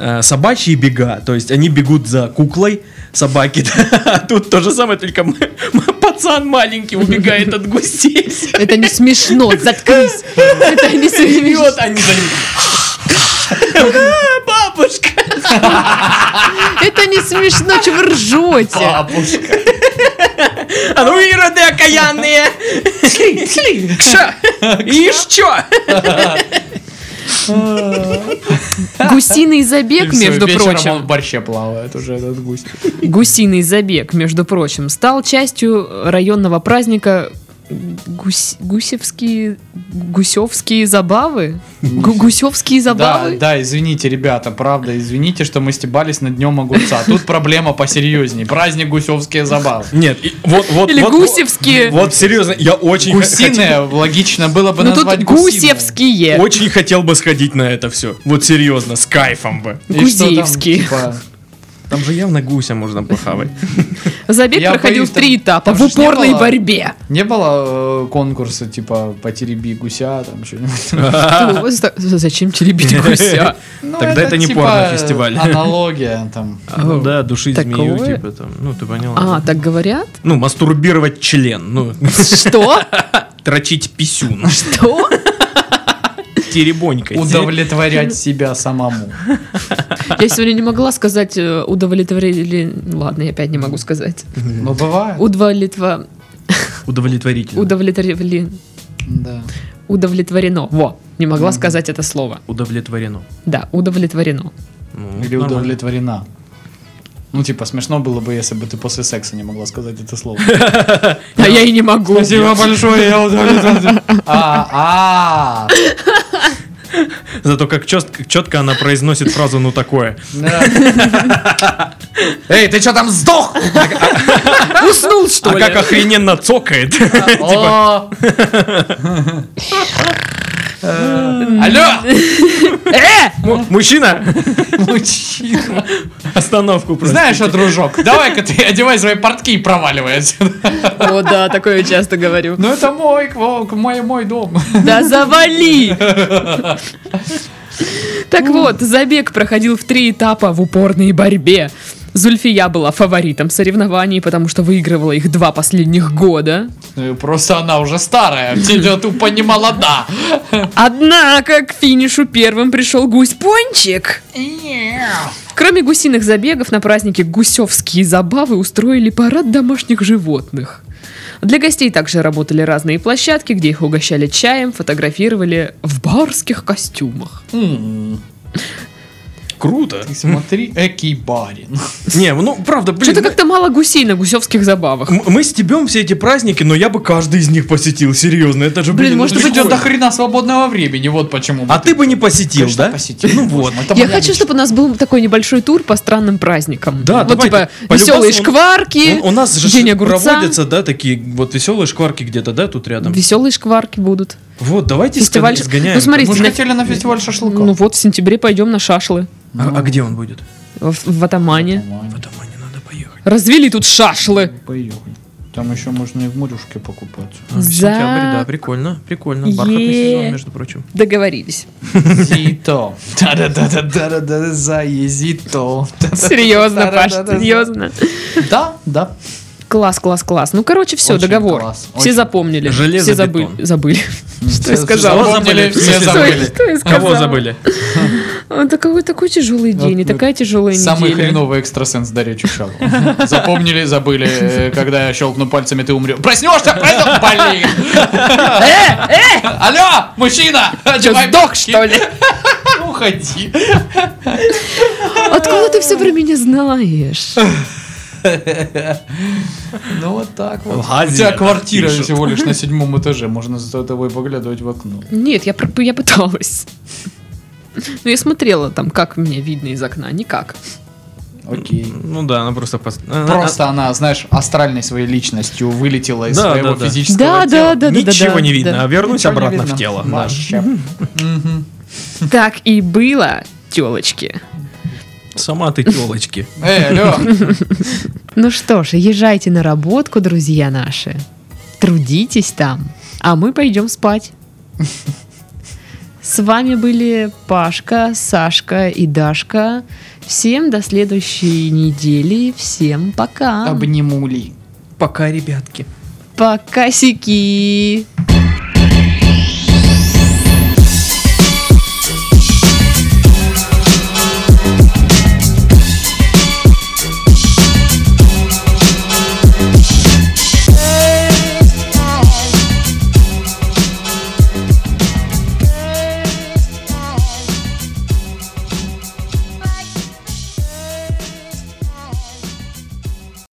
A: э, собачьи бега, то есть они бегут за куклой собаки. (laughs) А Тут то же самое, только м- м- пацан маленький убегает от гусей.
B: Это не смешно, заткнись. Это не
A: И
B: смешно.
A: вот они за ним.
B: (laughs)
A: А, Бабушка!
B: Это не смешно, чего вы ржете?
C: Бабушка.
A: А ну ироды окаянные! Кша! Ишь чё?
B: Гусиный забег, между прочим.
C: он в борще плавает уже этот гусь.
B: Гусиный забег, между прочим, стал частью э, районного праздника гусь- гусевские, гусевские забавы? Гу- гусевские
C: Да,
B: забавы?
C: да, извините, ребята, правда, извините, что мы стебались над днем огурца. Тут проблема посерьезнее. Праздник гусевские забавы.
A: Нет, и вот, вот,
B: Или
A: вот,
B: гусевские?
A: Вот, серьезно, (laughs) я очень х-
C: Гусиное логично было бы
B: Но Ну, тут
C: назвать гусиное.
A: хотел-
B: гусевские.
A: очень хотел бы сходить на это все. Вот серьезно, с кайфом бы.
C: И что там,
B: Гузеевские.
C: типа,
A: Там же явно гуся можно похавать.
B: Забег
C: Я
B: проходил
C: боюсь,
B: в
C: там-
B: три этапа,
C: там
B: в
C: же ж не
B: упорной
C: было-
B: борьбе.
C: Не было э, конкурса, типа, потереби гуся, там что-нибудь? А.
B: Ну, за- Зачем
C: (laughs)
B: теребить гуся?
C: Ну,
A: Тогда это не
C: типа,
A: порнофестиваль.
C: Аналогия там.
A: Ну да, души змею,
B: Такое?
A: типа там. Ну, ты поняла.
B: А, так говорят?
A: Ну, мастурбировать член, ну, (laughs)
B: Что?
A: трочить писюн, (laughs)
B: Что?
A: теребонькой.
C: Удовлетворять себя самому.
B: Я сегодня не могла сказать э, удовлетворили... Ладно, я опять не могу сказать.
C: Ну, бывает.
B: Удовлетва...
A: Удовлетворительно.
B: Удовлетворили...
C: Да.
B: удовлетворено. Во, не могла сказать это слово.
A: Удовлетворено.
B: Да, удовлетворено.
A: Ну,
C: Или
A: нормально.
C: удовлетворена. Ну, типа, смешно было бы, если бы ты после секса не могла сказать это (laughs) слово.
B: А я и не могу.
C: Ну, типа, большое, я (laughs) удовлетворен. А, а,
A: Зато как четко, четко она произносит фразу «ну такое».
C: да. Эй, ты что там сдох? (laughs)
B: Уснул, что
A: А
B: ли?
A: как охрененно цокает.
B: (laughs)
C: О. Э, Алло!
B: Э!
A: М- Мужчина, (laughs)
C: Мужчина.
A: остановку просто.
C: Знаешь, что, дружок, давай-ка ты одевай свои портки и проваливай отсюда.
B: О, да, такое часто говорю.
C: Ну это мой, кво- мой, мой дом.
B: Да завали! Так вот, забег проходил в три этапа в упорной борьбе. Зульфия была фаворитом соревнований, потому что выигрывала их два последних года.
C: Ну, Просто она уже старая, тебя тупо не молода.
B: Однако к финишу первым пришел гусь Пончик. Кроме гусиных забегов, на празднике гусевские забавы устроили парад домашних животных. Для гостей также работали разные площадки, где их угощали чаем, фотографировали в барских костюмах.
C: М,
A: Круто.
C: Ты смотри, экий барин.
A: Не, ну правда, блин.
B: Что-то
A: мы-
B: как-то мало гусей на гусевских забавах.
A: м- Мы стебем все эти праздники, но я бы каждый из них посетил, серьезно. Это же, блин,
B: Блин, может
A: прикольно.
B: быть, он
C: Придет до хрена свободного времени, вот почему.
A: А ты бы не посетил,
C: Конечно,
A: да?
C: посетил.
A: Ну
C: Боже
A: вот.
C: мой, это
B: Я
C: моя
B: хочу,
C: мечта.
B: чтобы у нас был такой небольшой тур по странным праздникам.
A: Да,
B: вот
A: давайте.
B: типа
A: По-любому
B: веселые
A: он-
B: шкварки.
A: Ну, У, у нас же
B: День
A: ж
B: огурца.
A: проводятся, да, такие вот веселые шкварки где-то, да, тут рядом.
B: Веселые шкварки будут.
A: Вот, давайте
B: Фестиваль-
A: сгоня- сгоняем.
B: Ну, смотри,
C: Мы же
B: Если-
C: хотели на фестиваль шашлыков.
B: Ну вот в сентябре пойдем на шашлы
A: А, а где он будет?
B: в, в Атамане.
A: В
C: Нормально,
A: Атамане надо поехать.
B: Развели тут шашлы.
C: поехали. Там еще можно и в морюшке покупаться.
A: А, в
B: За-
A: сентябре, да, прикольно, прикольно. Бархатный
B: Е.
A: сезон, между прочим.
B: Договорились.
C: Зито. Да-да-да-да-да-да, заезито.
B: Серьезно, Паш,
C: Да-да-да-да.
B: серьезно.
C: Да, да.
B: Класс, класс, класс. Ну, короче, все,
C: Очень
B: договор.
C: класс,
B: Все
C: очень-
B: запомнили.
A: Железобетон.
B: Все забыли. забыли. Что я
C: Все
B: сказала?
C: запомнили, Все
A: Все
B: Что,
C: забыли.
B: что я сказала?
A: Кого забыли?
B: Он такой, такой тяжелый день и
C: вот.
B: такая тяжелая
C: Самый
B: неделя.
C: хреновый экстрасенс Дарья Чукшава. (laughs) Запомнили, забыли, э, когда я щелкну пальцами, ты умрешь. Проснешься, проснешься, блин! Алло, мужчина!
B: Э, Чё,
C: одевай
B: сдох,
C: брюки.
B: что ли?
C: (laughs) Уходи.
B: Откуда ты все про меня знаешь?
C: Ну вот так вот.
A: В Газе
C: У тебя
A: это
C: квартира
A: пишут.
C: всего лишь на седьмом этаже, можно за тобой поглядывать в окно.
B: Нет, я, про- я пыталась. Ну, я смотрела там, как меня видно из окна. Никак.
C: Окей.
A: Ну да, она просто... пос- она-
C: Просто она, знаешь, астральной своей личностью вылетела из
A: Да,
C: своего
A: да, да.
C: физического
B: Да,
C: тела.
B: да, да, да, да.
A: Ничего
B: да,
A: не видно,
B: да.
A: а вернусь
C: Ничего не
A: обратно
C: видно.
A: в тело. да.
C: Вообще. Мгм.
B: Так и было, телочки.
A: Сама ты телочки.
B: (laughs)
C: Эй, алло.
B: Ну что ж, езжайте на работку, друзья наши. Трудитесь там, а мы пойдем спать. С вами были Пашка, Сашка и Дашка. Всем до следующей недели. Всем пока.
C: Обнимули.
A: Пока, ребятки.
B: Пока, сики.